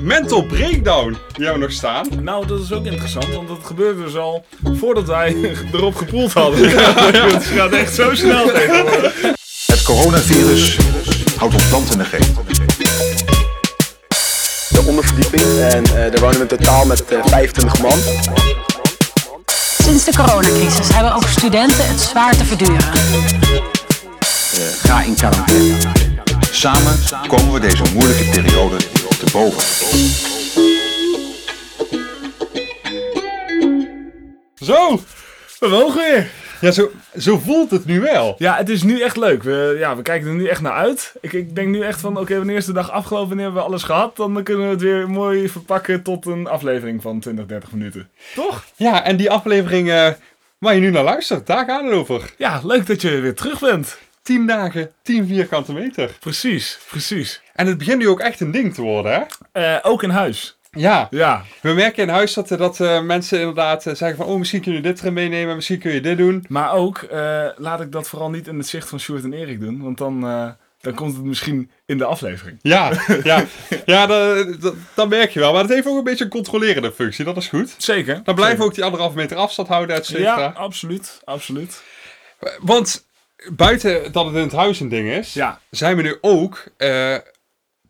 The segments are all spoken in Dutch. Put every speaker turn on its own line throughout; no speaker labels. Mental Breakdown, die hebben we nog staan.
Nou, dat is ook interessant, want dat gebeurde dus al voordat wij erop gepoeld hadden. Het gaat echt zo snel tegenwoordig.
Het coronavirus houdt ons land in de greep.
de onderverdieping. En eh daar wonen we in totaal met eh, 25 man.
Sinds de coronacrisis hebben ook studenten het zwaar te verduren.
Ga in quarantaine. Samen komen we deze moeilijke periode te boven.
Zo!
We mogen weer.
Ja, zo, zo voelt het nu wel.
Ja, het is nu echt leuk. We, ja, we kijken er nu echt naar uit. Ik, ik denk nu echt van, oké, wanneer is de dag afgelopen? Wanneer hebben we alles gehad? Dan kunnen we het weer mooi verpakken tot een aflevering van 20, 30 minuten. Toch?
Ja, en die aflevering eh, waar je nu naar luistert, daar gaat het over.
Ja, leuk dat je weer terug bent.
10 dagen, 10 vierkante meter.
Precies, precies.
En het begint nu ook echt een ding te worden, hè?
Eh, ook in huis.
Ja,
Ja,
we merken in huis dat, eh, dat eh, mensen inderdaad eh, zeggen van... Oh, misschien kun je dit erin meenemen, misschien kun je dit doen.
maar ook eh, laat ik dat vooral niet in het zicht van Sjoerd en Erik doen. Want dan, eh, dan komt het misschien in de aflevering.
Ja, ja, ja dat, dat, dat merk je wel. Maar het heeft ook een beetje een controlerende functie, dat is goed.
Zeker.
Dan blijven we
Zeker.
ook die anderhalve meter afstand houden, et cetera.
Ja, absoluut, absoluut.
Want buiten dat het in het huis een ding is,
Ja,
zijn we nu ook eh,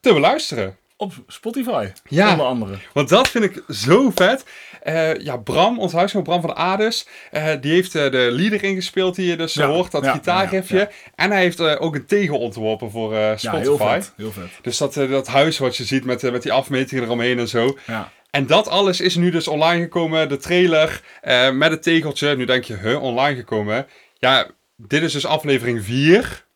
te beluisteren.
op Spotify.
Ja.
Onder andere.
Want dat vind ik zo vet. Eh, ja, Bram, ons huisgenoot Bram van Ades, eh, die heeft eh, de lieder ingespeeld die je dus
Ja,
hoort, dat
ja,
gitaarriffje.
ja, ja.
En hij heeft eh, ook een tegel ontworpen voor eh, Spotify.
Ja, heel vet. Heel vet.
Dus dat, eh, dat huis wat je ziet met, eh, met die afmetingen eromheen en zo.
Ja.
En dat alles is nu dus online gekomen. De trailer eh, met het tegeltje. Nu denk je, huh, online gekomen. Ja, dit is dus aflevering 4.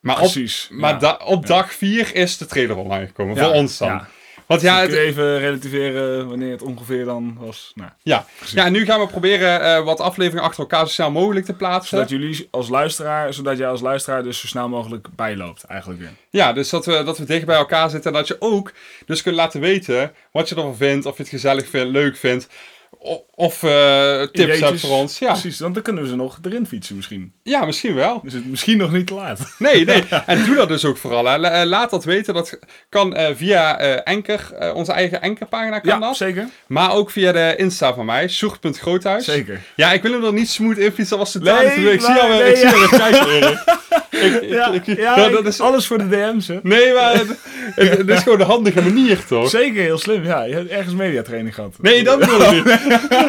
Maar, op,
Precies.
maar
ja.
da- op dag 4 is de trailer online gekomen.
Ja,
Voor ons dan.
ja.
Want ja,
Kun je
het-
even relativeren wanneer het ongeveer dan was? Nou,
ja. ja, en nu gaan we proberen eh, wat afleveringen achter elkaar zo snel mogelijk te plaatsen.
zodat jullie als luisteraar, zodat jij als luisteraar dus zo snel mogelijk bijloopt eigenlijk weer.
Ja, dus dat we, dat we dicht bij elkaar zitten. En dat je ook dus kunt laten weten wat je ervan vindt. Of je het gezellig vindt, leuk vindt. O- Of eh, tips hebt
Ideetjes.
voor ons. Ja,
Precies, want dan kunnen we ze nog erin fietsen misschien.
ja, misschien wel.
Is het misschien nog niet te laat?
Nee, nee. En doe dat dus ook vooral. Hè. La- eh, Laat dat weten. Dat kan eh, via eh Anker, eh, onze eigen Ankerpagina kan dat.
zeker.
Maar ook via de Insta van mij, soert.groothuis.
Zeker.
Ja, ik wil hem er niet smooth in fietsen, dat was de
Nee,
dadelijk Ik zie
maar-
jou weer-
nee,
ik zie jou weer kijken, Erik. Ik- ik-
Ja,
ik-
ja,
nou, dat is...
alles voor de DM's hè.
Nee, maar het, het- het is gewoon de handige manier, toch?
Zeker, heel slim. Ja, je hebt ergens mediatraining gehad.
Nee, dat bedoel ik niet.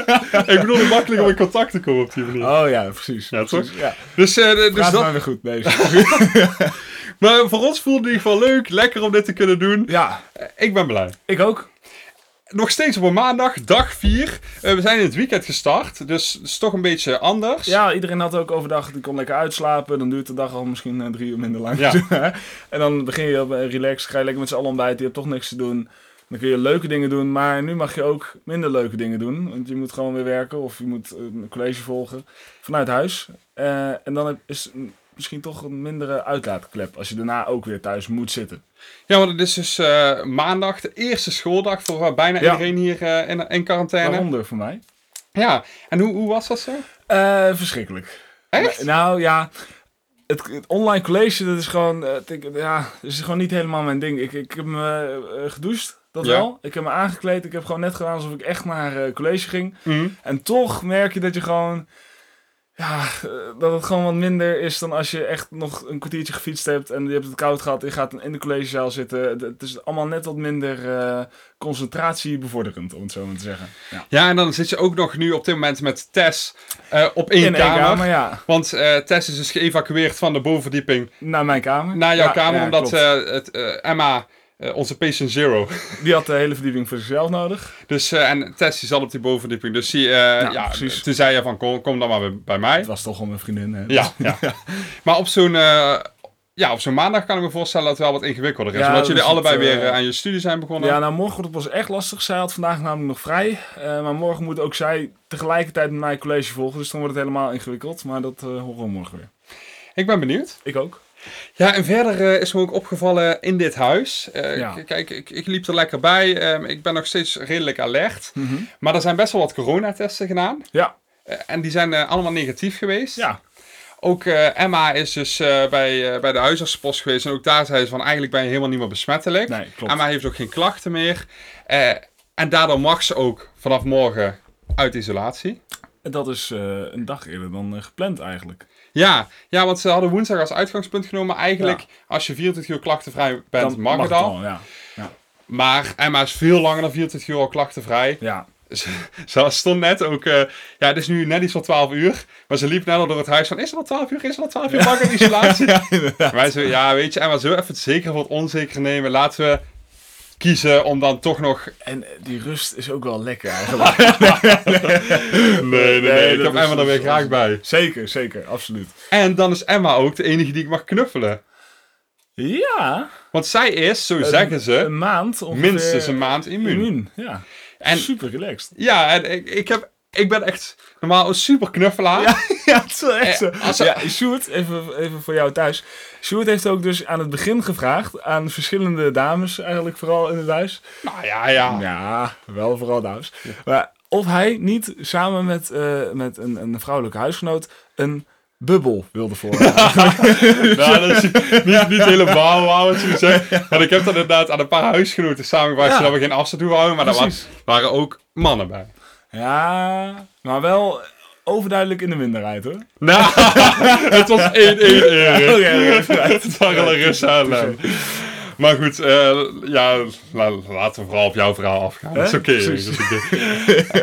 ik bedoel het makkelijk om in contact te komen op die manier.
Oh ja, precies.
Ja,
precies.
toch?
Ja.
Dus, eh, dus
Praat
dat...
maar weer goed bezig.
Maar voor ons voelde het in ieder geval leuk. Lekker om dit te kunnen doen.
ja,
Ik ben blij.
ik ook.
nog steeds op een maandag, dag 4. we zijn in het weekend gestart, dus het is toch een beetje anders.
Ja, iedereen had ook overdag, die kon lekker uitslapen. Dan duurt de dag al misschien eh, drie uur minder lang.
Ja.
en dan begin je op eh, relax, ga je lekker met z'n allen ontbijten, je hebt toch niks te doen. Dan kun je leuke dingen doen, maar nu mag je ook minder leuke dingen doen. Want je moet gewoon weer werken of je moet eh, een college volgen vanuit huis. Eh, en dan heb- is het misschien toch een mindere uitlaatklep als je daarna ook weer thuis moet zitten.
Ja, want het is dus eh, maandag, de eerste schooldag voor eh, bijna
Ja.
iedereen hier eh, in, in quarantaine.
Waaronder voor mij.
Ja, en hoe, hoe was dat zo?
Eh, verschrikkelijk.
Echt?
Nee, Nou ja, het, het online college, dat is gewoon, eh, het- ik- ja, dat is gewoon niet helemaal mijn ding. Ik, ik heb me eh, gedoucht, dat
Ja.
wel. Ik heb me aangekleed. Ik heb gewoon net gedaan alsof ik echt naar eh, college ging.
Mhm.
En toch merk je dat je gewoon, ja, eh, dat het gewoon wat minder is dan als je echt nog een kwartiertje gefietst hebt en je hebt het koud gehad. Je gaat in de collegezaal zitten. Het, het is allemaal net wat minder eh, concentratiebevorderend, om het zo maar te zeggen. Ja.
Ja, en dan zit je ook nog nu op dit moment met Tess eh, op één
In één
kamer.
kamer, ja.
Want eh, Tess is dus geëvacueerd van de bovenverdieping
Naar mijn kamer.
naar jouw
Ja,
kamer,
ja,
omdat
klopt.
eh, het, eh, Emma, eh, onze patient zero.
Die had de hele verdieping voor zichzelf nodig.
Dus, eh, en Tess die zat op die bovenverdieping. Dus die, eh, ja,
precies.
toen zei je van kom, kom dan maar bij- bij mij.
Het was toch al mijn vriendin, hè?
Ja, ja. maar op zo'n eh, ja, op zo'n maandag kan ik me voorstellen dat het wel wat ingewikkelder is.
Ja,
omdat
dat
jullie
is het,
allebei
eh,
weer eh, aan je studie zijn begonnen.
Ja, nou morgen dat was echt lastig. Zij had vandaag namelijk nog vrij. Eh, maar morgen moet ook zij tegelijkertijd met mij college volgen. Dus dan wordt het helemaal ingewikkeld. Maar dat eh, horen we morgen weer.
Ik ben benieuwd.
Ik ook.
Ja, en verder eh, is me ook opgevallen in dit huis. Eh,
Ja.
k- Kijk, ik, ik liep er lekker bij. Ehm, ik ben nog steeds redelijk alert. Maar er zijn best wel wat coronatesten gedaan.
Ja,
Eh, en die zijn eh, allemaal negatief geweest.
ja.
Ook eh, Emma is dus eh, bij, eh, bij de huisartsenpost geweest. En ook daar zei ze van eigenlijk ben je helemaal niet meer besmettelijk.
Nee, klopt.
Emma heeft ook geen klachten meer. Eh, en daardoor mag ze ook vanaf morgen uit isolatie.
Dat is eh, een dag eerder dan eh, gepland eigenlijk.
Ja, ja, want ze hadden woensdag als uitgangspunt genomen. Eigenlijk, als je 24 uur klachtenvrij bent,
Dan
mag, het al.
ja. Ja.
Maar Emma is veel langer dan 24 uur al klachtenvrij.
ja.
Ze, ze stond net ook... eh, ja, het is nu net iets van 12 uur. Maar ze liep net al door het huis van... Is het al 12 uur? Is het al 12 uur? Mag ik in isolatie? Wij zo, ja, weet je, Emma, zullen we even het zekere voor het onzekere nemen? Laten we kiezen om dan toch nog...
En eh, die rust is ook wel lekker eigenlijk.
Nee, nee,
nee,
Ik
dat
heb Emma
is-
er weer
dat is-
graag bij.
zeker, zeker, absoluut.
En dan is Emma ook de enige die ik mag knuffelen.
Ja,
Want zij is, zo zeggen ze,
Eh, een maand ongeveer
minstens een maand immuun.
immuun. Ja,
En
super relaxed.
ja, en ik, ik, heb, ik ben echt normaal een super knuffelaar.
ja, het is wel echt zo.
Eh, als-
Ja, Sjoerd, even, even voor jou thuis. Sjoerd heeft ook dus aan het begin gevraagd aan verschillende dames eigenlijk vooral in het huis.
Nou ja, ja.
Ja, wel vooral dames. Maar of hij niet samen met, eh, met een, een vrouwelijke huisgenoot een bubbel wilde vormen.
Nou, dat is niet, niet helemaal waar wat je zegt. Want ik heb dat inderdaad aan een paar huisgenoten samengebracht.
Ja.
Zodat we geen afstand hoeven houden. Maar daar wa-
Precies.
waren ook mannen bij.
ja, maar wel overduidelijk in de minderheid hoor.
Nou, het was 1-1 Erik.
Oké, oké,
Het waren wel een Russen aan. Maar goed, eh, ja, la- laten we vooral op jouw verhaal afgaan. Dat is
Hè?
oké. Erik, dat is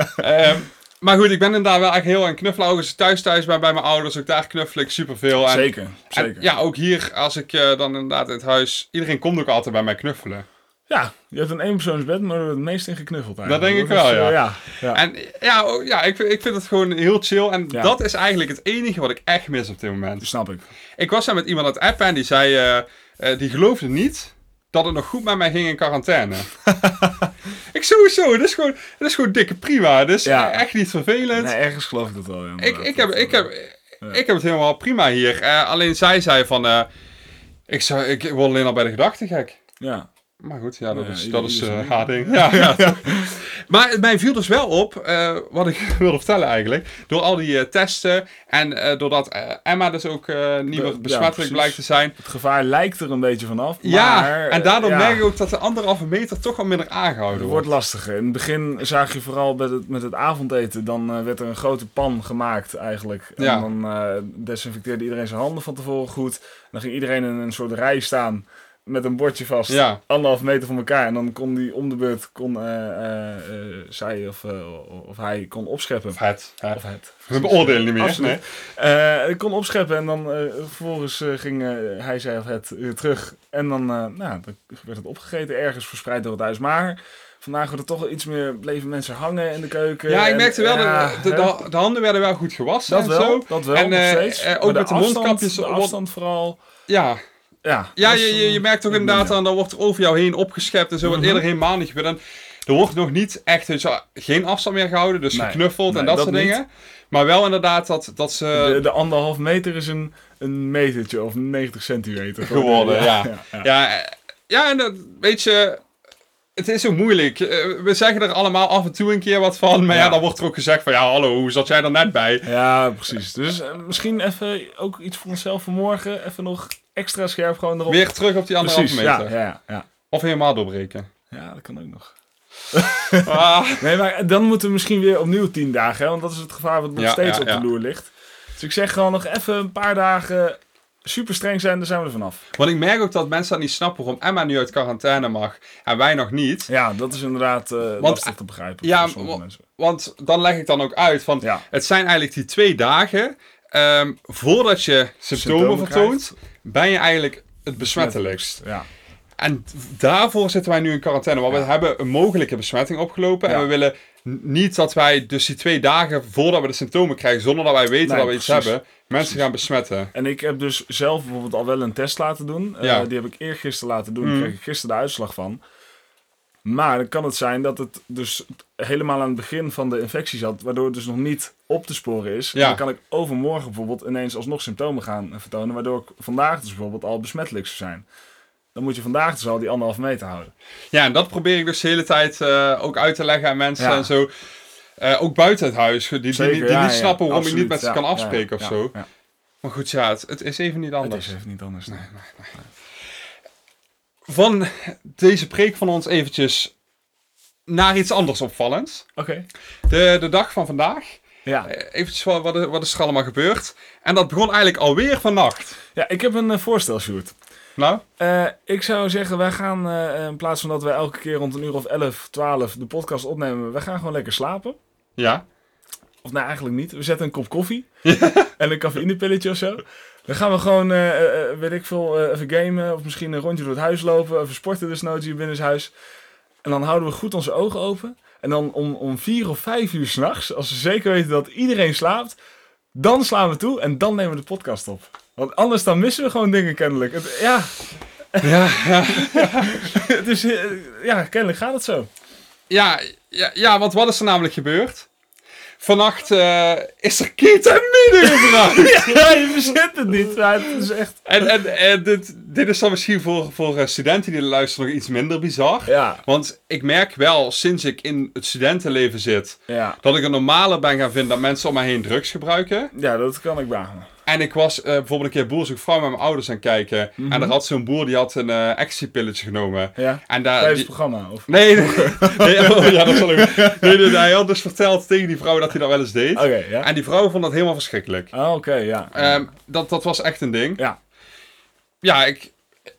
oké. Ehm, maar goed, ik ben inderdaad wel echt heel aan knuffelen. Ook als ik thuis thuis ben bij mijn ouders, ook daar knuffel ik superveel. En,
Zeker,
en
zeker.
ja, ook hier, als ik eh, dan inderdaad in het huis... Iedereen komt ook altijd bij mij knuffelen.
Ja, je hebt een eenpersoonsbed, maar er wordt het meest in geknuffeld eigenlijk.
Dat denk ik
is,
wel, ja.
eh, ja, ja.
En ja, oh, ja ik, vind- ik vind het gewoon heel chill. En
Ja. Dus-
dat is eigenlijk het enige wat ik echt mis op dit moment.
Snap ik.
Ik was daar met iemand aan het appen en die zei... eh, eh, die geloofde niet dat het nog goed met mij ging in quarantaine. ik sowieso, het is gewoon, het is gewoon dikke prima. Het is
Ja.
echt niet vervelend.
Nee, ergens geloof ik dat wel, ja.
ik, ik, heb, ik, heb, ik heb het helemaal prima hier. Eh, alleen zij zei van... eh, ik, zou, ik word alleen al bij de gedachten gek.
Ja.
Maar goed, ja, dat
Ja,
is,
ieder-
dat is
ieder
eh,
zijn
haar ding. Ja, ja. Maar het- mij viel dus wel op, eh, wat ik wilde vertellen eigenlijk, door al die eh, testen en eh, doordat eh, Emma dus ook eh, niet
De-
meer
ja,
besmettelijk
precies.
blijkt te zijn.
Het gevaar lijkt er een beetje vanaf, maar...
ja, en
eh,
daardoor
ja,
merk ik ook dat de anderhalve meter toch al minder aangehouden
Het
wordt.
wordt lastiger. In het begin zag je vooral met het, met het avondeten, dan eh, werd er een grote pan gemaakt eigenlijk. En
Ja.
dan eh, desinfecteerde iedereen zijn handen van tevoren goed. En dan ging iedereen in een soort rij staan met een bordje vast,
Ja.
anderhalf meter van elkaar. En dan kon die om de beurt, kon eh, eh, eh, zij of, eh, of hij kon opscheppen.
Of het. hè.
Of het.
We beoordelen niet meer.
Absoluut.
nee.
Eh, ik kon opscheppen en dan eh, vervolgens eh, ging eh, hij, zij of het weer terug. En dan, eh, nou, dan werd het opgegeten, ergens verspreid door het huis. Maar vandaag werd er toch wel iets meer, bleven mensen hangen in de keuken.
Ja, ik
En,
merkte wel,
ja,
dat eh, de,
hè,
de, de handen werden wel goed gewassen
dat
en
wel,
zo.
dat wel,
en,
nog
eh,
steeds.
eh, ook
Maar de
met de
afstand,
mondkapjes
De
wordt-
afstand vooral,
Ja,
ja.
Ja,
dat is
je, je, je
een- Mhm.
merkt ook
een
inderdaad
minder.
aan, dan wordt er over jou heen opgeschept en zo, wat eerder helemaal niet gebeurt. En er wordt nog niet echt, dus, ah, geen afstand meer gehouden, dus
Nee,
geknuffeld en
nee,
dat,
dat
soort
niet.
dingen. Maar wel inderdaad dat, dat ze...
De, de anderhalf meter is een, een metertje of 90 centimeter
geworden. Ja, ja,
ja.
ja. eh, ja, en dat, weet je, het is zo moeilijk. Eh, We zeggen er allemaal af en toe een keer wat van, maar ja,
Ja.
dan wordt er ook gezegd van, ja, hallo, hoe zat jij er net bij?
Ja, precies. Dus eh, misschien even ook iets voor onszelf vanmorgen. Even nog extra scherp gewoon erop.
Weer terug op die anderhalve
precies, ja,
meter.
ja, ja, ja.
Of helemaal doorbreken.
Ja, dat kan ook nog.
Ah,
Nee, maar dan moeten we misschien weer opnieuw tien dagen. Hè? Want dat is het gevaar wat nog
Ja,
steeds
ja,
op de
ja.
loer ligt. Dus ik zeg gewoon nog even een paar dagen super streng zijn. Dan zijn we er vanaf.
want ik merk ook dat mensen dat niet snappen waarom Emma nu uit quarantaine mag en wij nog niet.
Ja, dat is inderdaad eh, lastig te begrijpen.
ja,
voor sommige
wa-
mensen.
Want dan leg ik dan ook uit van
Ja.
het zijn eigenlijk die twee dagen ehm, voordat je symptomen,
Symptomen
vertoont, ben je eigenlijk het besmettelijkst.
Ja,
En d- daarvoor zitten wij nu in quarantaine, want we hebben een mogelijke besmetting opgelopen en
Ja.
we willen n- niet dat wij dus die twee dagen voordat we de symptomen krijgen, zonder dat wij weten
Nee,
dat we iets
precies.
hebben, mensen gaan besmetten.
en ik heb dus zelf bijvoorbeeld al wel een test laten doen. Eh,
Ja. Mm.
die heb ik eergisteren laten doen. Daar kreeg ik gisteren de uitslag van. Maar dan kan het zijn dat het dus helemaal aan het begin van de infectie zat, waardoor het dus nog niet op te sporen is.
Ja.
En dan kan ik overmorgen bijvoorbeeld ineens alsnog symptomen gaan vertonen, waardoor ik vandaag dus bijvoorbeeld al besmettelijk zou zijn. Dan moet je vandaag dus al die anderhalf meter houden.
Ja, en dat probeer ik dus de hele tijd eh, ook uit te leggen aan mensen
Ja.
en zo. Eh, ook buiten het huis, die, die,
Zeker,
die
ja,
niet
ja,
snappen waarom ik
absoluut,
niet met ze
ja,
kan
ja,
afspreken
ja,
of zo.
ja.
Maar goed, ja, het, het is even niet
Het
anders.
is even niet anders. nee.
Van deze preek van ons eventjes naar iets anders opvallends.
Oké.
De, de dag van vandaag.
Ja.
Eh, Eventjes wat, wat, er- wat is er allemaal gebeurd. En dat begon eigenlijk alweer vannacht.
ja, ik heb een eh, voorstel, Sjoerd.
Nou,
Eh, ik zou zeggen, wij gaan eh, in plaats van dat we elke keer rond een uur of 11, 12 de podcast opnemen, we gaan gewoon lekker slapen.
ja.
Of nou, eigenlijk niet. We zetten een kop koffie en een cafeïnepilletje of zo. Dan gaan we gewoon, eh, eh, eh, weet ik veel, eh, even gamen of misschien een rondje door het huis lopen. Even sporten desnoods hier binnen het huis. En dan houden we goed onze ogen open. En dan om, om vier of vijf uur s'nachts, als we zeker weten dat iedereen slaapt, dan slaan we toe en dan nemen we de podcast op. Want anders dan missen we gewoon dingen kennelijk. Het, ja,
Ja, ja.
het is, eh, ja, kennelijk gaat het zo.
Ja, ja, ja, want wat is er namelijk gebeurd? Vannacht eh, is er ketamine gebruikt.
Ja, je verzet het niet. Maar het is echt...
En, en, en dit, dit is dan misschien voor, voor eh, studenten die luisteren nog iets minder bizar.
Ja,
Want ik merk wel, sinds ik in het studentenleven zit,
ja.
dat ik het normale ben gaan vinden dat mensen om mij heen drugs gebruiken.
ja dat kan ik beamen.
En ik was eh, bijvoorbeeld een keer Boer zoekt vrouw met mijn ouders aan het kijken. En daar had zo'n boer, die had een eh actiepilletje genomen.
Mhm. Ja.
En daar,
Tijdens
die-
het programma? Of...
Nee, nee, nee, oh, ja, dat zal ik. Nee, nee, nee, hij had dus verteld tegen die vrouw dat hij dat wel eens deed.
Oké, ja.
En die vrouw vond dat helemaal verschrikkelijk.
Ah, Oké, ja.
Ehm, dat, dat was echt een ding.
Ja.
Ja, ik,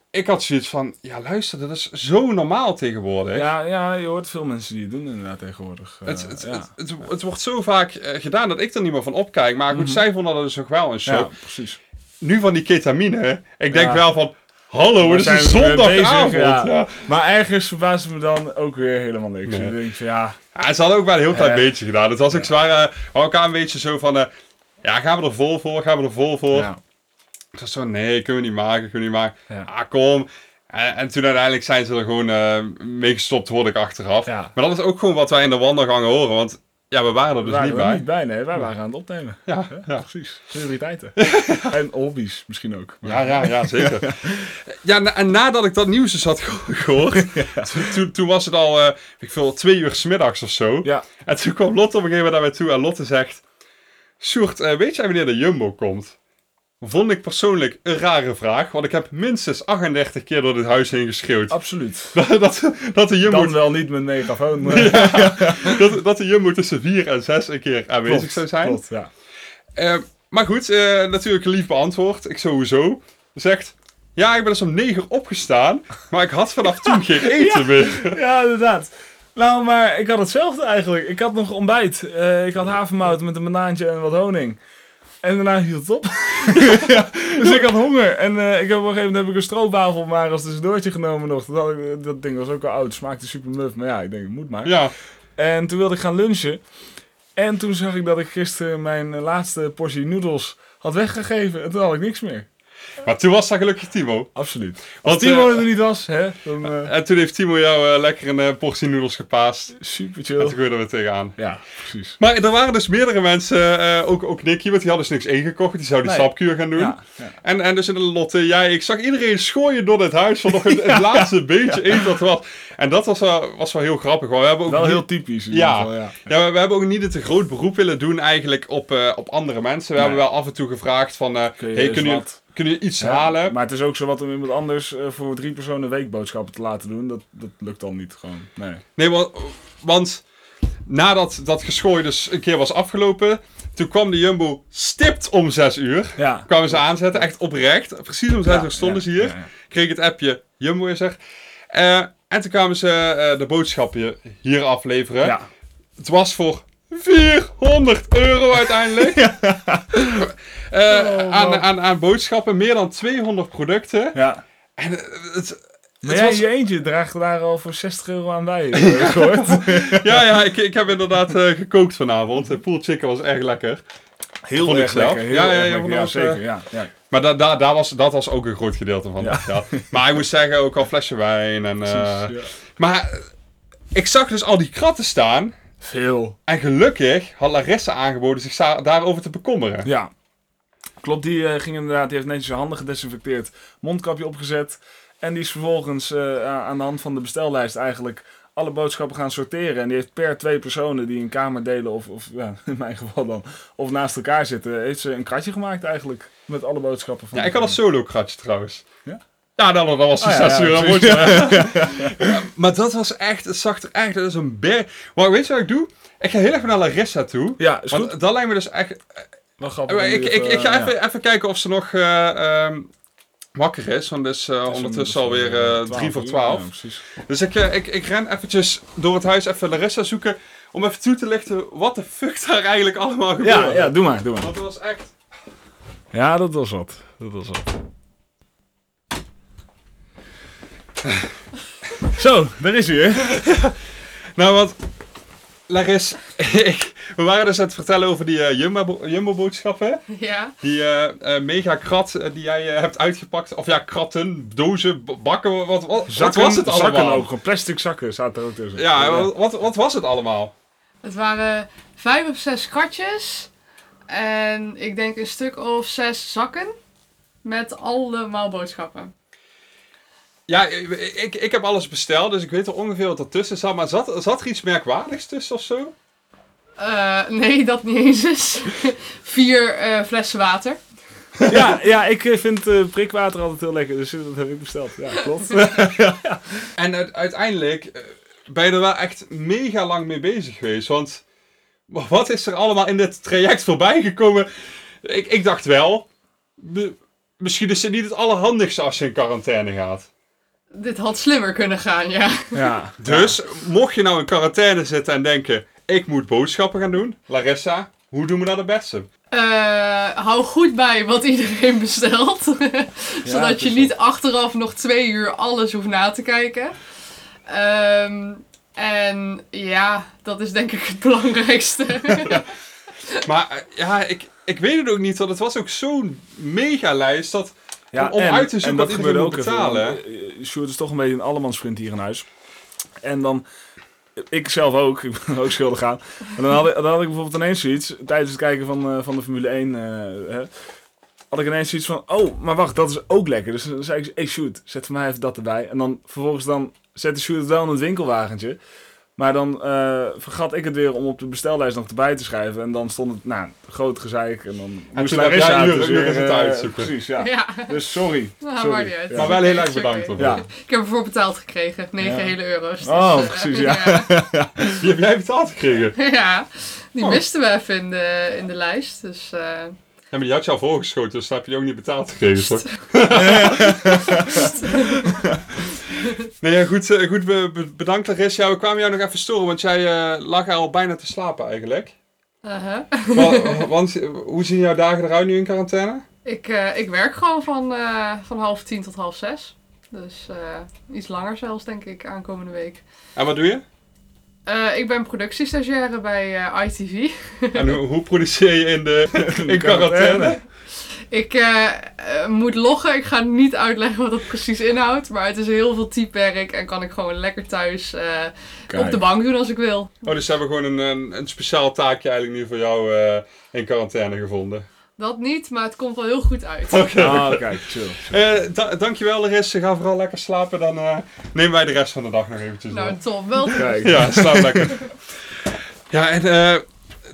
ik had zoiets van, ja luister, dat is zo normaal tegenwoordig.
ja. Ja, je hoort veel mensen die het doen inderdaad tegenwoordig. Eh,
Het, het,
ja.
het, het, het wordt zo vaak eh, gedaan dat ik er niet meer van opkijk. Maar goed, zij vonden dat dus nog wel een show.
Mhm. ja, precies.
Nu van die ketamine, ik denk
Ja.
wel van, hallo,
Waar
het
zijn
is
we mee
zondagavond.
bezig? Ja.
Ja. Ja.
Maar ergens verbaast het me dan ook weer helemaal niks.
Nee.
Je denkt van ja,
ze hadden ook wel een heel klein
Eh.
beetje gedaan. Het was ook zwaar, eh, maar elkaar een beetje zo van, eh, ja, gaan we er vol voor, gaan we er vol voor.
ja.
Ik was zo, nee, kunnen we niet maken, kunnen we niet maken.
Ja.
Ah, kom. En, en toen uiteindelijk zijn ze er gewoon eh, mee gestopt, hoorde ik achteraf.
Ja.
Maar dat is ook gewoon wat wij in de wandelgangen horen, want ja, we waren er
We
dus
waren
niet
er
bij.
niet bij, nee. Wij waren aan het opnemen.
Ja, ja.
Precies. Prioriteiten. en hobby's misschien ook. Maar-
Ja, ja, ja, zeker. ja, na- en nadat ik dat nieuws dus had ge- gehoord, toen- toen, toen was het al, eh, weet ik veel, twee uur smiddags of zo.
Ja.
En toen kwam Lotte op een gegeven moment naar mij toe en Lotte zegt... Sjoerd, eh, weet jij wanneer de Jumbo komt? Vond ik persoonlijk een rare vraag, want ik heb minstens 38 keer door dit huis heen geschreeuwd.
Absoluut.
dat, dat, dat de Jumbo
Oh. Dan wel niet met megafoon. maar-
dat, dat de Jumbo tussen 4 en 6 een keer aanwezig
Klopt,
zou zijn.
klopt, ja.
Eh, maar goed, eh, natuurlijk lief beantwoord. Ik sowieso. Zegt, ja, ik ben dus om 9 uur opgestaan, maar ik had vanaf toen geen eten meer.
Ja, inderdaad. Nou, maar ik had hetzelfde eigenlijk. Ik had nog ontbijt. Eh, ik had havermout met een banaantje en wat honing. En daarna hield het op. Ja, dus ik had honger. En eh, ik heb op een gegeven moment heb ik een stroopwafel maar als tussendoortje genomen nog. Dat, had ik- eh, dat ding was ook al oud. Smaakte super muf. Maar ja, ik denk, het moet maar.
Ja,
En toen wilde ik gaan lunchen. En toen zag ik dat ik gisteren mijn eh, laatste portie noedels had weggegeven. En toen had ik niks meer.
maar toen was dat gelukkig Timo.
Absoluut. Als
Want,
Timo
eh,
er niet was, hè, dan eh,
En toen heeft Timo jou eh, lekker een eh, portie noedels gepaast.
super
En toen
chill.
gooiden we er tegenaan.
Ja, precies.
Maar er waren dus meerdere mensen, eh, ook, ook Nicky, want die had dus niks ingekocht. Die zou die
Nee.
sapkuur gaan doen.
Ja, ja.
En, en dus in de lotte, jij, ik zag iedereen schooien door dit huis van nog het, het laatste beetje eten dat er was. En dat was wel, was wel heel grappig. hoor. We hebben ook
Wel
niet-
heel typisch. In
Ja.
ieder geval, ja.
Ja, we, we hebben ook niet het te groot beroep willen doen eigenlijk op, eh, op andere mensen. We
Nee.
hebben wel af en toe gevraagd van, eh
Kun je
hey,
eens
kun, je,
wat?
kun je iets halen?
Maar het is ook zo wat om iemand anders eh, voor drie personen weekboodschappen te laten doen. Dat, dat lukt dan niet gewoon. Nee.
Nee, want, want nadat dat geschooi dus een keer was afgelopen, toen kwam de Jumbo stipt om 6 uur.
Ja.
Kwamen ze aanzetten, echt oprecht. Precies om 6
Ja,
uur stonden
ja,
ze hier.
ja, ja.
Kreeg ik het appje, Jumbo is er. Eh, en toen kwamen ze eh, de boodschappen hier afleveren.
Ja.
Het was voor 400 euro uiteindelijk. Eh,
Oh,
aan, aan, aan boodschappen, meer dan 200 producten.
ja.
En eh, het,
Maar
het
jij
was-
je eentje draagt daar al voor 60 euro aan bij. heb ik gehoord.
ja, ja ik, ik heb inderdaad eh, gekookt vanavond. De pool chicken was erg lekker.
Heel
Vond ik
erg
zelf.
lekker. Heel
Ja, ja,
erg
ja,
lekker.
vond ik
ja,
ook,
zeker.
eh,
Ja, ja.
Maar da, da, daar was, dat was ook een groot gedeelte van. het geld. Maar ik moet zeggen, ook al flesje wijn. En, eh,
Precies, ja.
Maar eh, ik zag dus al die kratten staan.
Veel.
En gelukkig had Larissa aangeboden zich za- daarover te bekommeren.
Ja. Klopt, die eh, ging inderdaad, die heeft netjes zijn handen gedesinfecteerd, mondkapje opgezet. En die is vervolgens eh, a- aan de hand van de bestellijst eigenlijk alle boodschappen gaan sorteren. En die heeft per twee personen die een kamer delen, of, of ja, in mijn geval dan, of naast elkaar zitten, heeft ze een kratje gemaakt eigenlijk. Met alle boodschappen van
Ja,
de
ik had een
kamer.
solo kratje trouwens.
Ja?
Ja, dan, dan was het
Oh, ja,
6
ja,
euro.
precies.
moet je- Ja, maar dat was echt, het zag er echt, dat is een berg. Maar weet je wat ik doe? Ik ga heel even naar Larissa toe.
Ja, is goed. Oh,
Want dat lijkt me dus echt...
Wel grappig. om
Ik,
die
ik, ik,
even- eh,
ga
ja.
even, even kijken of ze nog eh, ehm, wakker is. Want dus, eh,
Het is
ondertussen
om-
alweer eh,
om
3 voor
uur.
12.
Ja, precies.
Dus ik, eh, ik, ik ren eventjes door het huis even Larissa zoeken. Om even toe te lichten wat de fuck daar eigenlijk allemaal gebeurde.
Ja, ja, doe maar, doe maar.
Want het was echt...
Ja, dat was wat. Dat was wat. Zo, daar is hij, hè?
Nou, want... Laris, ik, we waren dus aan het vertellen over die eh, Jumbo- Jumbo-boodschappen.
Ja.
Die eh, eh, mega krat eh, die jij eh, hebt uitgepakt. Of ja, kratten, dozen, b- bakken. Wat, wat, wat was het allemaal?
Zakken ook, gewoon plastic zakken zaten er ook tussen.
Ja, wat- Wat, wat was het allemaal?
Het waren vijf of zes katjes. En ik denk een stuk of zes zakken. Met allemaal boodschappen.
Ja, ik, ik heb alles besteld, dus ik weet er ongeveer wat ertussen zat. Maar zat, zat er iets merkwaardigs tussen of zo?
Eh, nee, dat niet eens is. Vier eh, flessen water.
Ja, ja ik eh, vind eh, prikwater altijd heel lekker, dus dat heb ik besteld. Ja, klopt.
En u- uiteindelijk eh, ben je er wel echt mega lang mee bezig geweest. Want wa- wat is er allemaal in dit traject voorbij gekomen? Ik, ik dacht wel, m- misschien is het niet het allerhandigste als je in quarantaine gaat.
Dit had slimmer kunnen gaan, ja.
Ja.
Dus mocht je nou in quarantaine zitten en denken, ik moet boodschappen gaan doen. Larissa, hoe doen we dat het beste?
Eh, hou goed bij wat iedereen bestelt.
Ja, het
Zodat
is
je
zo.
niet achteraf nog twee uur alles hoeft na te kijken. Ehm, en ja, dat is denk ik het belangrijkste.
Maar eh, ja, ik, ik weet het ook niet, want het was ook zo'n mega lijst dat...
Ja,
Om- om uit te zoeken wat iedereen moet betalen,
even, want, eh, Sjoerd is toch een beetje een allemansvriend hier in huis. En dan, ik zelf ook, ik ben er ook schuldig aan. En dan had ik, dan had ik bijvoorbeeld ineens zoiets, tijdens het kijken van, eh, van de Formule 1, eh, hè, had ik ineens zoiets van, oh, maar wacht, dat is ook lekker. Dus dan zei ik, hey Sjoerd, zet voor mij even dat erbij. En dan vervolgens dan zette Sjoerd het wel in het winkelwagentje. Maar dan eh, vergat ik het weer om op de bestellijst nog erbij te schrijven. En dan stond het, nou, groot gezeik. En dan moest
toen heb jij
Larissa
uren-
dus weer,
uren zitten
eh,
uitzoeken.
Precies,
ja,
dus sorry.
nou,
sorry.
maakt niet uit.
Maar wel heel erg bedankt.
Sorry.
Robin.
Ja.
Ik heb ervoor betaald gekregen, 9
Ja.
hele euro's. Dus,
Oh,
eh,
precies, ja.
Die heb jij betaald gekregen.
ja. Ja, die
Oh.
misten we even in de, in de lijst. Dus eh,
Ja, maar die had je al voorgeschoten, dus dan heb je die ook niet betaald gekregen, toch? nee, ja, goed, eh, goed be- be- bedankt Laris. Ja, we kwamen jou nog even storen, want jij eh, lag al bijna te slapen eigenlijk.
uh-huh.
Wa- want eh, hoe zien jouw dagen eruit nu in quarantaine?
ik, eh, ik werk gewoon van, eh, van half tien tot half zes. Dus eh, iets langer zelfs, denk ik, aankomende week.
En wat doe je?
Eh, ik ben productiestagiaire bij eh, ITV.
En hoe, hoe produceer je in, de, in quarantaine?
Ik eh, eh, moet loggen. Ik ga niet uitleggen wat dat precies inhoudt. Maar het is heel veel typewerk en kan ik gewoon lekker thuis eh, op de bank doen als ik wil.
Oh, dus ze hebben gewoon een, een, een speciaal taakje eigenlijk nu voor jou eh, in quarantaine gevonden.
Dat niet, maar het komt wel heel goed uit.
Ah, kijk, chill.
Eh, da- dankjewel Larisse, ga vooral lekker slapen. Dan eh, nemen wij de rest van de dag nog eventjes
Nou,
door.
top. Wel
Kijk.
Ja, slaap lekker. ja, en eh,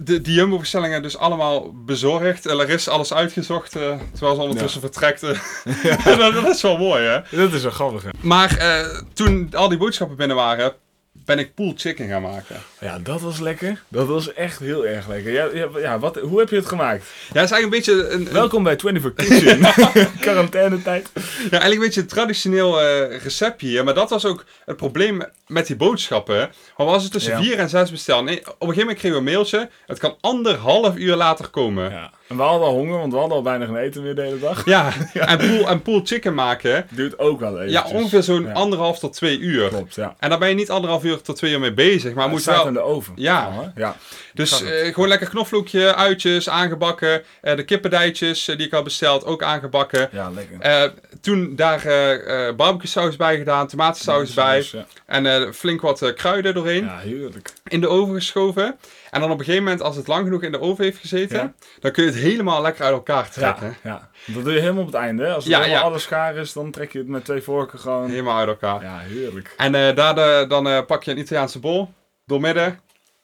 de, die Jumbo-bestellingen dus allemaal bezorgd. Eh, Larisse alles uitgezocht, eh, terwijl ze ondertussen vertrekt. eh. dat, dat is wel mooi, hè?
Dat is een grappige.
Maar eh, toen al die boodschappen binnen waren, ben ik pool chicken gaan maken.
Ja, dat was lekker. Dat was echt heel erg lekker. Ja, ja, ja, wat, hoe heb je het gemaakt?
Ja, het is eigenlijk een beetje een, een-
Welkom bij 24 Kitchen. Quarantaine tijd.
ja, eigenlijk een, beetje een traditioneel eh, receptje hier. Maar dat was ook het probleem met die boodschappen. Maar was het tussen
Ja.
vier en zes bestellen? Nee, op een gegeven moment kregen we een mailtje. Het kan anderhalf uur later komen. Ja,
Ja. En we hadden al honger, want we hadden al weinig eten weer de hele dag.
En, pool, en pool chicken maken.
Duurt ook wel even.
Ja, ongeveer zo'n
dus- Ja.
anderhalf tot twee uur.
Klopt, ja.
En daar ben je niet anderhalf uur tot twee uur mee bezig. Maar
Het
moet
staat
wel...
in de oven.
Ja.
hè? ja.
Dus
Kan
eh, gewoon lekker knoflookje, uitjes, aangebakken. Eh, de kippendijtjes eh, die ik had besteld, ook aangebakken.
Ja, lekker.
Eh, toen daar eh eh barbecue saus bij gedaan, tomatensaus bij.
Ja,
En eh, flink wat eh, kruiden doorheen
Ja, heerlijk.
in de oven geschoven. En dan op een gegeven moment, als het lang genoeg in de oven heeft gezeten,
Ja.
dan kun je het helemaal lekker uit elkaar
Ja,
trekken.
ja. Dat doe je helemaal op het einde. hè. Als het
Ja,
helemaal
ja.
alles gaar is, dan trek je het met twee vorken gewoon.
Helemaal uit elkaar.
Ja, heerlijk.
En eh, daar de- dan eh, pak je een Italiaanse bol, doormidden,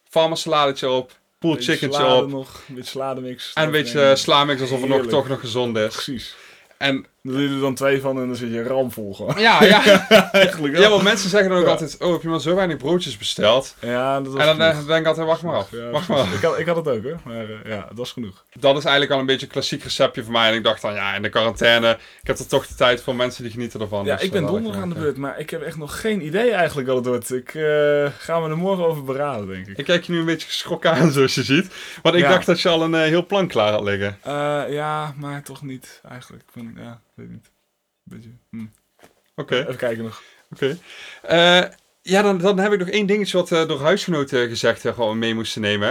farmersaladetje op, pulled
Beetje
chickentje
salade
op
Nog, een beetje slademix.
en een beetje eh, slamix alsof het nog,
Heerlijk.
toch nog gezond is.
Precies.
En
Dan doe je er dan twee van en dan zit je ramvol gewoon.
ja, ja,
Eigenlijk wel.
ja want mensen zeggen dan ook
Ja.
altijd, oh heb je maar zo weinig broodjes besteld.
Ja, dat was
En dan eh,
genoeg.
denk ik altijd, wacht maar af,
Ja,
wacht maar
precies.
af.
ik, had, ik had het ook hoor, maar eh, ja, het was genoeg.
Dat is eigenlijk al een beetje een klassiek receptje voor mij. En ik dacht dan, ja, in de quarantaine, ik heb er toch de tijd voor mensen die genieten ervan.
Ja,
Dus,
ik
eh,
ben
dat had
donderdag aan de
gemaakt,
beurt, maar ik heb echt nog geen idee eigenlijk wat het wordt. Ik eh, ga me er morgen over beraden, denk ik.
ja. Ik kijk je nu een beetje geschrokken aan, zoals je ziet. Want ik
Ja.
dacht dat je al een eh, heel plan klaar had liggen.
Eh, ja, maar toch niet eigenlijk. Ik vind- ja, weet niet. Beetje, hm.
Oké.
Even kijken nog.
Oké. Eh, ja, dan, dan heb ik nog één dingetje wat eh, door huisgenoten gezegd eh, gewoon mee moesten nemen.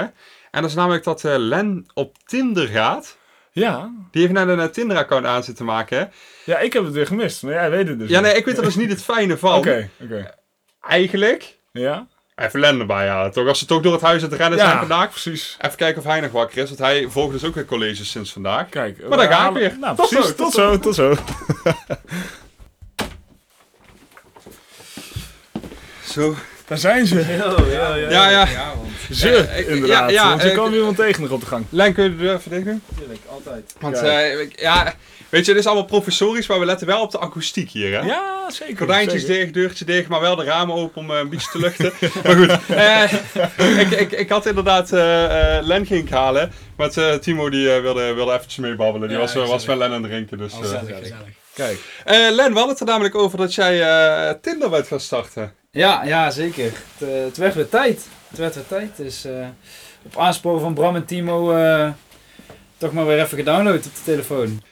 En dat is namelijk dat eh, Len op Tinder gaat.
Ja,
Die heeft net een eh, Tinder-account aan zitten maken. hè?
ja, ik heb het weer gemist, maar jij weet het dus
Ja,
niet.
nee, ik weet er dus niet het fijne van.
Oké, oké.
Eigenlijk,
Ja?
even Len erbij halen, toch? Als ze toch door het huis aan het rennen zijn
Ja,
vandaag.
precies.
Even kijken of hij nog wakker is, want hij volgt dus ook weer colleges sinds vandaag. Maar
Kijk.
daar
we
ga ik
halen-
weer.
Nou,
Tot
precies.
zo,
Tot
tot
zo, tot zo.
Zo.
Daar zijn ze.
Ja, ja.
Ze,
Eh, ik-
inderdaad.
ja, ja,
want er
ik-
kwam iemand tegen nog op de gang.
Len, kun je de deur even dicht doen?
altijd.
Want,
Kijk.
eh, ik- ja, weet je, dit is allemaal professorisch, maar we letten wel op de akoestiek hier, hè?
Ja, zeker.
Gordijntjes
zeker.
dicht, deurtje dicht, maar wel de ramen open om eh, een beetje te luchten. maar goed, eh, ik, ik, ik had inderdaad eh, eh, Len ging ik halen. Maar eh, Timo die eh, wilde, wilde eventjes meebabbelen. Die
Ja, Oh,
was, eh, was wel
gezellig.
Len aan het drinken. Dus,
Oh,
eh.
Gezellig, gezellig.
Kijk.
Eh, Len, we hadden het er namelijk over dat jij eh, Tinder werd gaan starten.
Ja, ja, zeker. Het, eh, het werd weer tijd. Het werd weer tijd. Dus eh, op aansporen van Bram en Timo eh, toch maar weer even gedownload op de telefoon.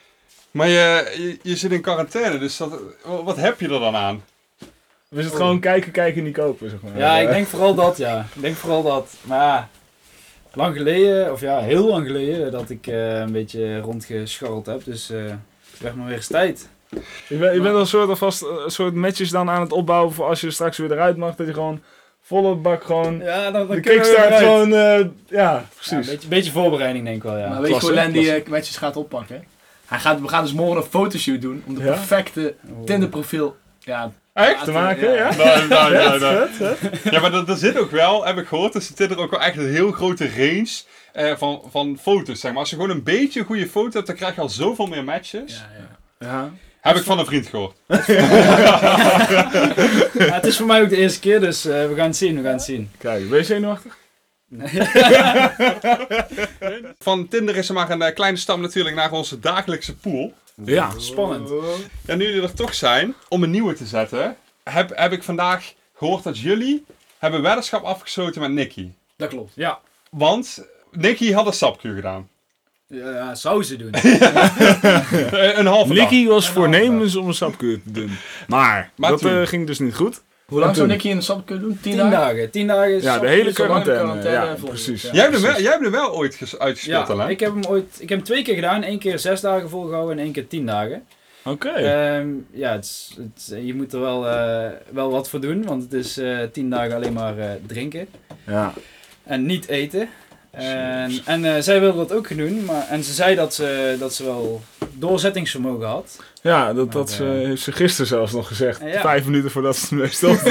Maar je, je, je zit in quarantaine, dus dat, wat heb je er dan aan?
Dus het gewoon kijken, kijken, niet kopen, zeg maar.
Ja, ik
Eh,
denk vooral dat, ja. Ik denk vooral dat. Maar ja, lang geleden, of ja, heel lang geleden, dat ik eh, een beetje rondgescharreld heb. Dus eh, het werd maar weer eens tijd.
Je bent, je bent een soort, alvast, eh, een soort matches dan aan het opbouwen voor als je straks weer eruit mag. Dat je gewoon volle bak gewoon...
Ja, dan,
de kickstart gewoon... eh, ja,
Ja, een
precies.
beetje, beetje voorbereiding denk ik wel, ja.
maar weet je hoe
klasse,
Len die eh, matches gaat oppakken? Hij gaat, we gaan dus morgen een fotoshoot doen om de
Ja?
perfecte
Oh.
Tinder-profiel. Ja,
Echt? Te maken, ja.
Nou, nou, nou, nou.
Vet, vet, vet.
Ja, maar er, er zit ook wel, heb ik gehoord, er zit er ook wel echt een heel grote range eh, van, van foto's. Zeg maar. Als je gewoon een beetje een goede foto hebt, dan krijg je al zoveel meer matches.
ja, ja.
Ja.
Heb ik van een vriend gehoord.
eh,
Ja, het is voor mij ook de eerste keer, dus eh, we gaan het zien, we gaan het zien.
Kijk, ben je zenuwachtig?
Van Tinder is er maar een eh, kleine stap natuurlijk naar onze dagelijkse pool.
Ja.
Spannend.
Ja, nu jullie er toch zijn, om een nieuwe te zetten, heb, heb ik vandaag gehoord dat jullie hebben weddenschap afgesloten met Nicky.
dat klopt.
Ja.
Want Nicky had een sapkuur gedaan.
Ja, zou ze doen.
Eh, een halve dag.
Nicky
nou,
was voornemens om een sapkuur te doen. Maar,
Maar
dat
toen-
eh, ging dus niet goed.
Hoe lang zou
toen?
Nicky in de sap kunnen doen? Tien,
Tien
dagen?
dagen. Tien dagen is
Ja, de
zo-
hele
zo lang de
quarantaine.
quarantaine
ja,
volgens
precies.
mij.
Jij hebt, hem wel, jij hebt hem wel ooit ges-
Ja,
uitgespeeld al, hè?
ik heb hem ooit, ik heb hem twee keer gedaan. één keer zes dagen volgehouden en één keer tien dagen.
Oké.
Ehm, ja, het is, het is- je moet er wel, eh, wel wat voor doen, want het is eh, tien dagen alleen maar eh, drinken
Ja.
en niet eten. En, en eh, zij wilde dat ook gaan doen, maar, en ze zei dat ze, dat ze wel doorzettingsvermogen had.
Ja, dat,
Maar,
dat ze,
eh,
heeft ze gisteren zelfs nog gezegd.
Ja.
Vijf minuten voordat ze ermee stopte.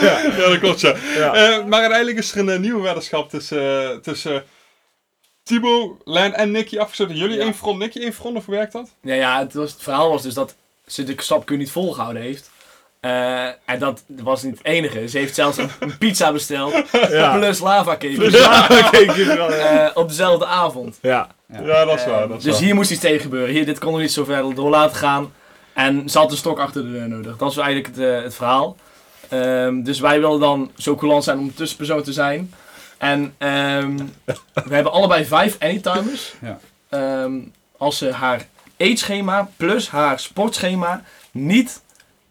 Ja, dat klopt, ja.
Ja.
Eh, maar uiteindelijk is er een eh, nieuwe weddenschap tussen, eh, tussen Tibo, Len en Nicky afgesloten. Jullie
Ja.
één front, Nicky één front, of hoe werkt dat?
Nee, ja, het, was, het verhaal was dus dat ze de sapkuur niet volgehouden heeft. Eh, en dat was niet het enige. Ze heeft zelfs een, een pizza besteld.
ja.
Plus lava cake.
Ja, kijk, je wel, ja.
Eh, op dezelfde avond.
Ja.
Ja, dat is waar. Dat is
Dus
waar.
hier moest iets tegen gebeuren. Hier, dit kon nog niet zo ver door laten gaan. En ze had een stok achter de deur nodig. Dat is eigenlijk het, eh, het verhaal. Ehm, dus wij wilden dan zo coulant zijn om een tussenpersoon te zijn. En ehm, we hebben allebei vijf anytimers.
Ja.
Ehm, als ze haar eetschema plus haar sportschema niet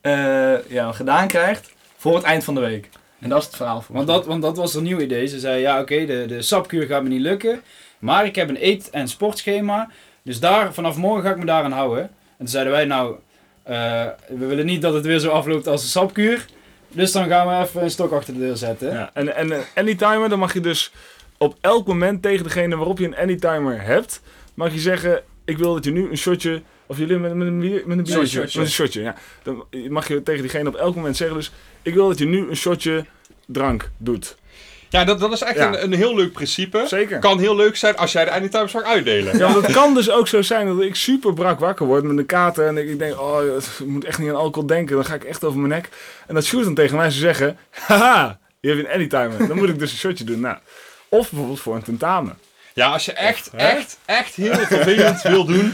eh, ja, gedaan krijgt voor het eind van de week. En dat is het verhaal voor
Want dat, want dat was een nieuw idee. Ze zei, ja oké, de, de sapkuur gaat me niet lukken, maar ik heb een eet- en sportschema, dus daar, vanaf morgen ga ik me daaraan houden. En toen zeiden wij, nou, eh, we willen niet dat het weer zo afloopt als de sapkuur, dus dan gaan we even een stok achter de deur zetten.
Ja, en, en, en die timer, dan mag je dus op elk moment tegen degene waarop je een anytimer hebt, mag je zeggen: Ik wil dat je nu een shotje. Of jullie met, met een bier- met een
Sorry,
biertje.
shotje.
Met een shotje, ja. Dan mag je tegen diegene op elk moment zeggen: Dus ik wil dat je nu een shotje drank doet.
Ja, dat, dat is echt
Ja.
een, een heel leuk principe.
Zeker.
Kan heel leuk zijn als jij de anytime straks uitdelen.
Ja, want het kan dus ook zo zijn dat ik super brak wakker word met een kater. En ik, ik denk, oh, ik moet echt niet aan alcohol denken. Dan ga ik echt over mijn nek. En dat Sjoerd dan tegen mij zou zeggen, haha, je hebt een anytimer. Dan moet ik dus een shotje doen. Nou, of bijvoorbeeld voor een tentamen.
Ja, als je echt, echt, echt heel vervelend wil doen,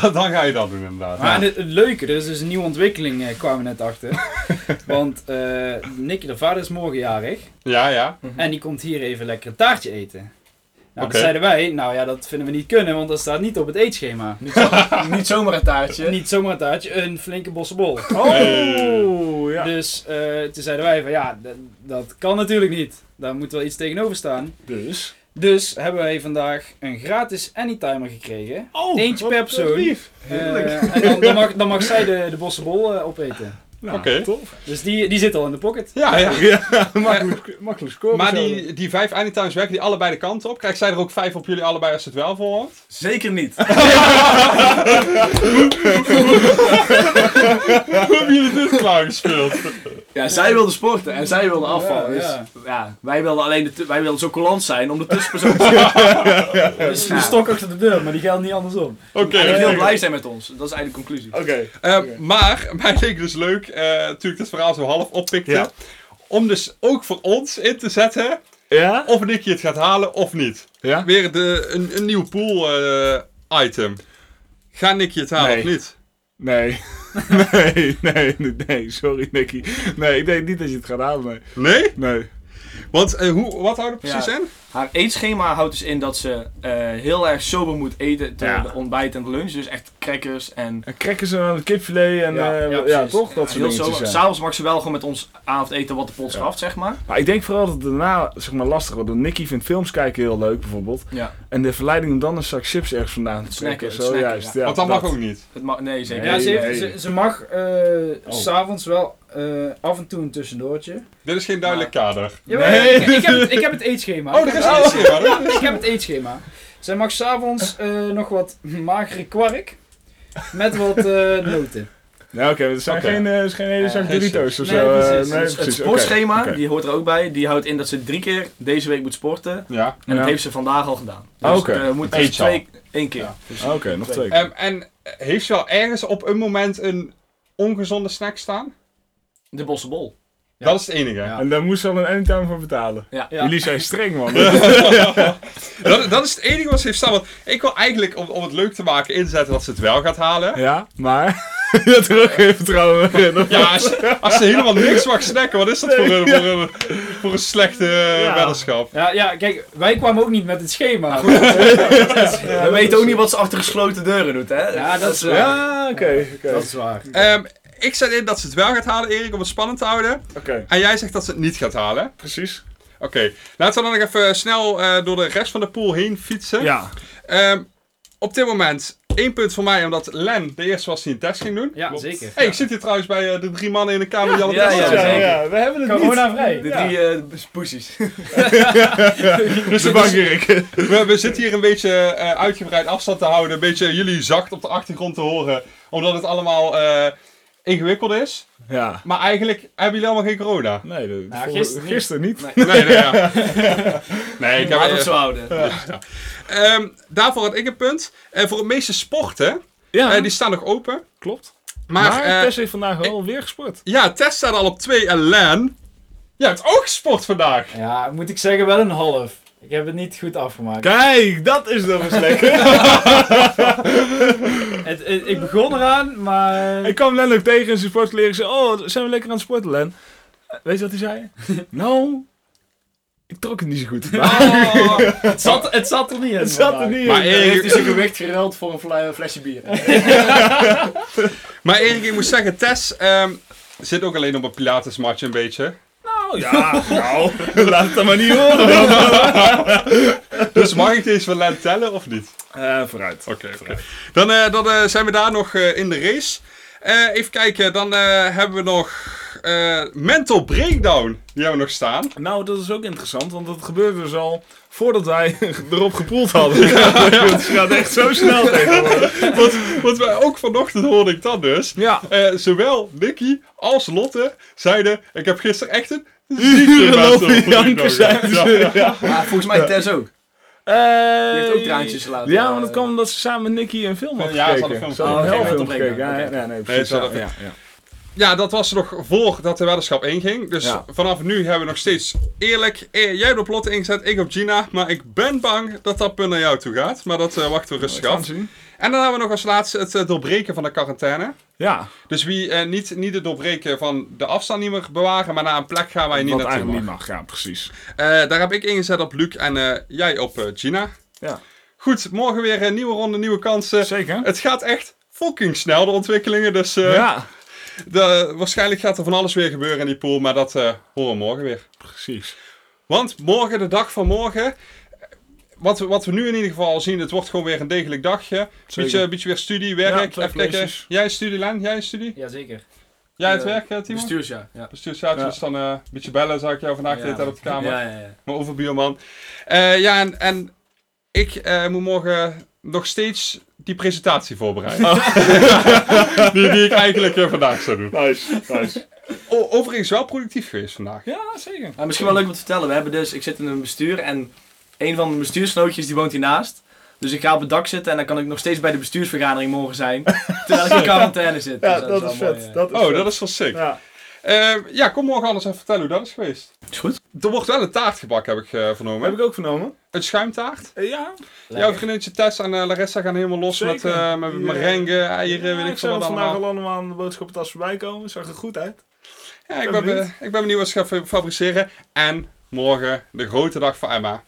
dan, dan ga je dat doen inderdaad.
Maar
Ja.
het, het leuke, er is dus een nieuwe ontwikkeling, eh, kwamen we net achter. Want eh Nicky, de vader is morgen jarig.
Ja, ja.
En die komt hier even lekker een taartje eten. Nou,
Mhm. Oké.
dat zeiden wij, nou ja, dat vinden we niet kunnen, want dat staat niet op het eetschema.
Niet, zo- niet zomaar een taartje.
Niet zomaar een taartje, een flinke bossenbol.
Eh,
Oh, ja.
Dus eh, toen zeiden wij van, ja, d- dat kan natuurlijk niet. Daar moet wel iets tegenover staan.
Dus.
Dus hebben wij vandaag een gratis anytimer gekregen.
Oh,
Eentje
wat
per persoon.
lief.
Eh, en dan, dan, mag, dan mag zij de, de bossenbol eh, opeten.
Nou,
Oké.
tof.
Dus die, die zit al in de pocket.
Ja, ja.
Makkelijk, makkelijk scoren.
Maar
zo.
die, die vijf anytimes werken die allebei de kant op? Krijgt zij er ook vijf op jullie allebei als het wel voor wordt?
Zeker niet.
Hoe hebben jullie dit klaargespeeld?
Ja, zij wilde sporten en zij wilde afvallen.
Ja,
dus,
ja.
ja. wij wilden alleen de tu- wij wilden zo coulant zijn om de tussenpersoon te zijn.
Dus de stok achter de deur, maar die geldt niet andersom.
Oké.
En heel blij zijn met ons. Dat is eigenlijk de conclusie.
Oké.
Eh, Maar, mij leek dus leuk, eh, toen ik dit verhaal zo half oppikte,
Ja.
om dus ook voor ons in te zetten
Ja?
of Nicky het gaat halen of niet.
Ja?
Weer de, een, een nieuw pool eh, item. Ga Nicky het halen
Nee.
of niet?
Nee. nee, nee, nee, nee. Sorry, Nicky. Nee, ik denk niet dat je het gaat halen. Nee.
Nee?
nee.
Want eh, hoe, wat houdt het precies
Ja.
in?
Haar eetschema houdt dus in dat ze eh, heel erg sober moet eten ten
Ja.
de ontbijt en de lunch. Dus echt crackers en
En krekken ze een kipfilet en
Ja,
eh,
ja,
ja,
precies.
toch? Dat soort
heel
dingen
sober.
zijn.
S'avonds mag ze wel gewoon met ons avondeten wat de pot schaft, zeg maar.
Maar ik denk vooral dat het daarna zeg maar, lastig wordt. Want Nicky vindt films kijken heel leuk bijvoorbeeld.
Ja.
En de verleiding om dan een zak chips ergens vandaan te
snacken,
trekken.
het
Zo
snacken,
juist.
ja.
Ja.
Want dat mag
dat.
ook niet.
Het ma- nee, zeker
Nee.
ja,
niet.
ze, heeft-
nee.
ze, ze mag eh, s'avonds wel eh, af en toe een tussendoortje.
Dit is geen duidelijk kader.
Jawel,
Nee.
ik, ik heb, het- ik heb het eetschema.
Oh, er is een eerste
Ik heb het eetschema. Zij mag s'avonds eh nog wat magere kwark met wat eh, noten.
Ja, oké. het zijn
Oké.
geen, eh, het is geen hele zak
geen
Doritos of
chips.
zo.
Nee,
eh,
precies.
nee,
Het- het
precies.
Het sportschema,
Oké, oké.
die hoort er ook bij, die houdt in dat ze drie keer deze week moet sporten.
Ja.
En
Ja.
dat heeft ze vandaag al gedaan.
Ah,
Dus
oké.
eh, we moeten
Eet
dus
ze al.
twee, één keer.
Ja.
Dus
Oké, nog twee.
Ehm, en heeft ze wel ergens op een moment een ongezonde snack staan?
De bossenbol.
Dat is het enige.
Ja.
En daar moest ze al een anytime voor betalen.
Ja.
Ja.
Jullie zijn streng, man.
Dat, dat is het enige wat ze heeft staan. Want ik wil eigenlijk, om, om het leuk te maken, inzetten dat ze het wel gaat halen.
ja, maar... Je had er ook geen vertrouwen meer in. of-
Ja, als, ze- als ze helemaal niks mag snacken, wat is dat voor een, voor een, voor een slechte eh,
Ja.
weddenschap?
Ja, ja, kijk, wij kwamen ook niet met het schema.
we weten ook niet wat ze achter gesloten deuren doet, hè?
Ja, dat is waar.
Ja, Ah, oké.
Dat
Oké.
is waar.
Ehm, ik zet in dat ze het wel gaat halen, Erik, om het spannend te houden.
Oké,
En jij zegt dat ze het niet gaat halen.
precies.
Oké, laten we dan nog even snel eh, door de rest van de pool heen fietsen.
Ja.
Ehm, op dit moment één punt voor mij, omdat Len de eerste was die een test ging doen.
Ja, zeker.
hey, ik zit hier trouwens bij eh, de drie mannen in de kamer die al
ja,
Ja,
zeker.
ja, we hebben het
Corona
niet.
vrij.
De
Ja.
drie eh poesies.
Dus de bank, Erik.
We, we zitten hier een beetje eh, uitgebreid afstand te houden. Een beetje jullie zacht op de achtergrond te horen. Omdat het allemaal eh, ingewikkeld is.
Ja.
Maar eigenlijk hebben jullie allemaal geen corona.
Nee, de-
Nou,
voor-
gisteren niet.
gisteren niet.
Nee, nee, ja. nee ik heb
Laten we het zo houden.
Ehm, Daarvoor had ik een punt. Eh, voor de meeste sporten,
Ja,
eh, die staan nog open.
klopt.
Maar, eh,
Tess heeft vandaag wel weer gesport.
ja, Tess staat al op 2 en Len. Ja, het ook gesport vandaag.
Ja, moet ik zeggen, wel een half. Ik heb het niet goed afgemaakt.
Kijk, dat is dan eens lekker.
Het, het- ik begon eraan, maar...
ik kwam Len ook tegen in zijn sportkleren en zei, oh, wat zijn we lekker aan het sporten, Len? Eh, Weet je wat hij zei? nou, ik trok het niet zo goed. Maar
Het zat, het zat er niet in.
Oh, het zat er niet in.
Maar Erik,
dus een gewicht gereld voor een fla- flesje bier.
maar Erik, ik moet zeggen, Tess ehm, zit ook alleen op een Pilates-match een beetje.
Nou, ja, nou, laat het dan maar niet horen. dan.
Dus mag ik deze van Len tellen of niet?
Eh, vooruit.
Oké, oké. Dan, eh, dan eh, zijn we daar nog eh, in de race. Eh, even kijken, dan eh, hebben we nog. eh, eh, Mental Breakdown. Die hebben we nog staan.
Nou, dat is ook interessant, want dat gebeurde dus al voordat wij erop gepoeld hadden. Het gaat echt zo snel tegenwoordig.
Want, want wij ook vanochtend hoorde ik dat dus.
Ja.
Eh, zowel Nicky als Lotte zeiden: Ik heb gisteren echt een zieke
lopen
mental breakdown
janken, zeiden
gehad." Ja.
Ja, volgens mij Tess ook.
Die
Die heeft ook traantjes eh, gelaten.
Eh, Ja, want dat kwam omdat ze samen met Nicky een film had
Ja, ze
gekeken.
hadden een film
Ze hadden
gekeken.
een film
Oh, geen
gekeken. Ja,
film
ja, ja, nee,
Nee,
precies.
ze hadden
ja, ja.
Ja, dat was nog voordat de weddenschap inging. Dus
Ja.
vanaf nu hebben we nog steeds eerlijk. eh, Jij hebt op Lotte ingezet, ik op Gina. Maar ik ben bang dat dat punt naar jou toe gaat. Maar dat eh, wachten we rustig
Gaan we
af.
zien.
En dan hebben we nog als laatste het eh, doorbreken van de quarantaine.
Ja,
Dus wie eh, niet, niet het doorbreken van de afstand niet meer bewaren, maar naar een plek gaan waar je niet
wat
naartoe
eigenlijk
mag.
niet mag. Ja, precies.
Eh, daar heb ik ingezet op Luc en eh, jij op eh, Gina.
Ja.
Goed, morgen weer een nieuwe ronde, nieuwe kansen.
Zeker.
Het gaat echt fucking snel, de ontwikkelingen. Dus eh,
Ja,
de- waarschijnlijk gaat er van alles weer gebeuren in die pool, maar dat eh, horen we morgen weer.
precies.
Want morgen, de dag van morgen. eh, Wat, we- wat we nu in ieder geval al zien, het wordt gewoon weer een degelijk dagje. Beetje,
Zeker.
beetje weer studie, werk,
twee
even kijken.
colleges.
Jij studielijn, jij studie?
Jazeker.
Jij het
Ja.
werk, eh, Timo?
Bestuurs, ja. ja.
Bestuurszaadje,
Ja.
dus dan eh, een beetje bellen, zou ik jou vandaag de hele tijd op de kamer.
Ja, ja, ja.
Mijn overbuurman. Eh, ja, en, en ik eh, moet morgen nog steeds die presentatie voorbereiden. die, die ik eigenlijk eh, vandaag zou doen.
Nice, nice.
O- overigens wel productief geweest vandaag.
Ja, zeker.
Maar misschien wel leuk om te vertellen. We hebben dus, ik zit in een bestuur en een van de bestuurslootjes die woont hiernaast. Dus ik ga op het dak zitten en dan kan ik nog steeds bij de bestuursvergadering morgen zijn. Terwijl ik in quarantaine zit. Dus wel mooi, eh.
Dat
Oh, dat is wel sick.
Ja.
Eh, ja, kom morgen anders even vertellen hoe dat is geweest.
Is goed.
Er wordt wel een taart gebakken, heb ik eh, vernomen.
Heb ik ook vernomen.
Een schuimtaart.
Eh, Ja,
Jouw vriendinnetje Tess en eh, Larissa gaan helemaal los
Zeker.
met, eh met
Ja.
merengue, eieren,
Ja,
weet ik
eh, ik
veel
zag het
wat
vandaag
allemaal.
al allemaal aan de boodschappentas voorbij komen. Zag er goed uit.
Ja, ik
Ben
ben, be-
benieuwd.
ik ben benieuwd wat ze gaan fa- fabriceren. En morgen de grote dag voor Emma.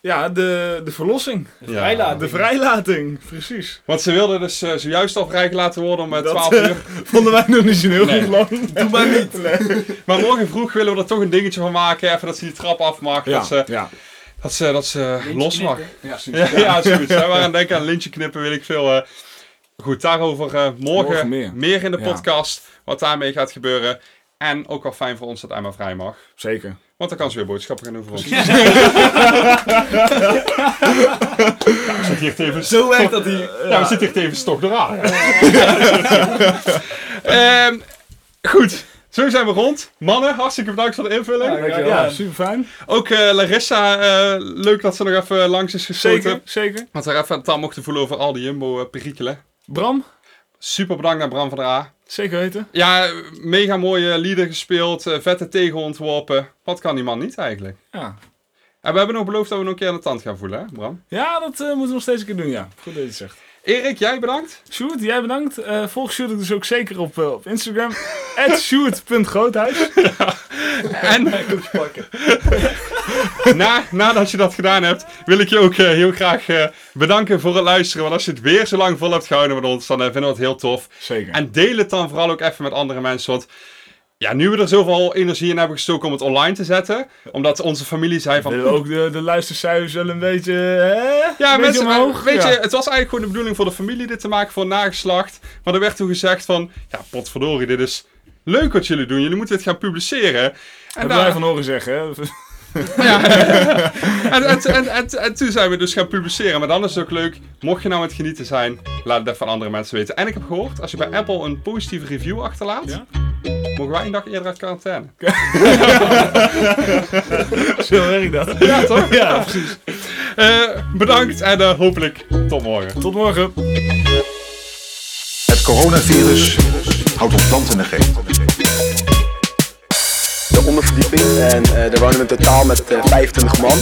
Ja, de, de verlossing.
Vrijlaat.
De vrijlating, precies.
Want ze wilden dus eh, zojuist al vrij gelaten worden om eh,
Dat,
12
eh,
uur.
Vonden wij nog niet zo heel
Nee.
goed lang. Doe maar niet.
Maar morgen vroeg willen we er toch een dingetje van maken. Even dat ze die trap af mag. Dat ze,
ja.
dat ze, dat ze eh, los mag.
Ja.
Ja, ja, zoiets. Wij waren aan het denken aan lintje knippen, weet ik veel. eh. goed, daarover eh, morgen,
Morgen
meer.
meer.
in de
Ja.
podcast. Wat daarmee gaat gebeuren. En ook wel fijn voor ons dat Emma vrij mag.
Zeker.
Want dan kan ze weer boodschappen gaan doen voor ons. ik zit hier even
Zo werkt dat hier.
Ja, we zitten echt even stok eraan. Ehm, goed. Zo zijn we rond. Mannen, hartstikke bedankt voor de invulling.
dankjewel.
Ja, super fijn.
Ook eh, Larissa, eh, leuk dat ze nog even langs is geschoten.
Zeker, zeker.
Want we haar even aan de taal mochten voelen over al die Jumbo-perikelen.
Bram,
Super bedankt naar Bram van der A.
zeker weten.
Ja, mega mooie lieder gespeeld, eh, vette tegen ontworpen. Wat kan die man niet eigenlijk?
Ja,
En we hebben nog beloofd dat we nog een keer aan de tand gaan voelen, hè Bram?
ja dat eh, moeten we nog steeds een keer doen, ja. Goed dat je het zegt.
Erik, jij bedankt.
Sjoerd, jij bedankt. Eh, volg Sjoerd dus ook zeker op, eh, op Instagram. At Sjoerd.groothuis.
En Na, nadat je dat gedaan hebt, wil ik je ook eh, heel graag eh, bedanken voor het luisteren. Want als je het weer zo lang vol hebt gehouden met ons, dan eh, vinden we het heel tof.
Zeker.
En deel het dan vooral ook even met andere mensen. Want ja, nu we er zoveel energie in hebben gestoken om het online te zetten, omdat onze familie zei van.
Willen we ook de, de luistercijfers wel een beetje, hè?
Ja,
een beetje
mensen, eh,
omhoog.
weet
Ja.
je, het was eigenlijk gewoon de bedoeling voor de familie dit te maken voor nageslacht. Maar er werd toen gezegd van, ja, potverdorie, dit is leuk wat jullie doen. Jullie moeten dit gaan publiceren. En
Hebben wij van horen zeggen, hè?
En, en, en, en, en toen zijn we dus gaan publiceren. Maar dan is het ook leuk. Mocht je nou aan het genieten zijn, laat het even aan andere mensen weten. En ik heb gehoord, als je bij Apple een positieve review achterlaat,
Ja.
mogen wij een dag eerder uit quarantaine.
Zo werkt dat.
Ja, toch?
Ja, precies.
Eh, bedankt en eh, hopelijk tot morgen.
Tot morgen.
Het coronavirus houdt ons land in de greep.
De onderverdieping. En eh daar wonen we in totaal met eh, 25 man.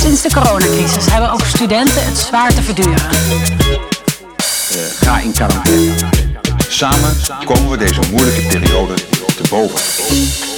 Sinds de coronacrisis hebben ook studenten het zwaar te verduren.
Ga in quarantaine. Samen komen we deze moeilijke periode te boven.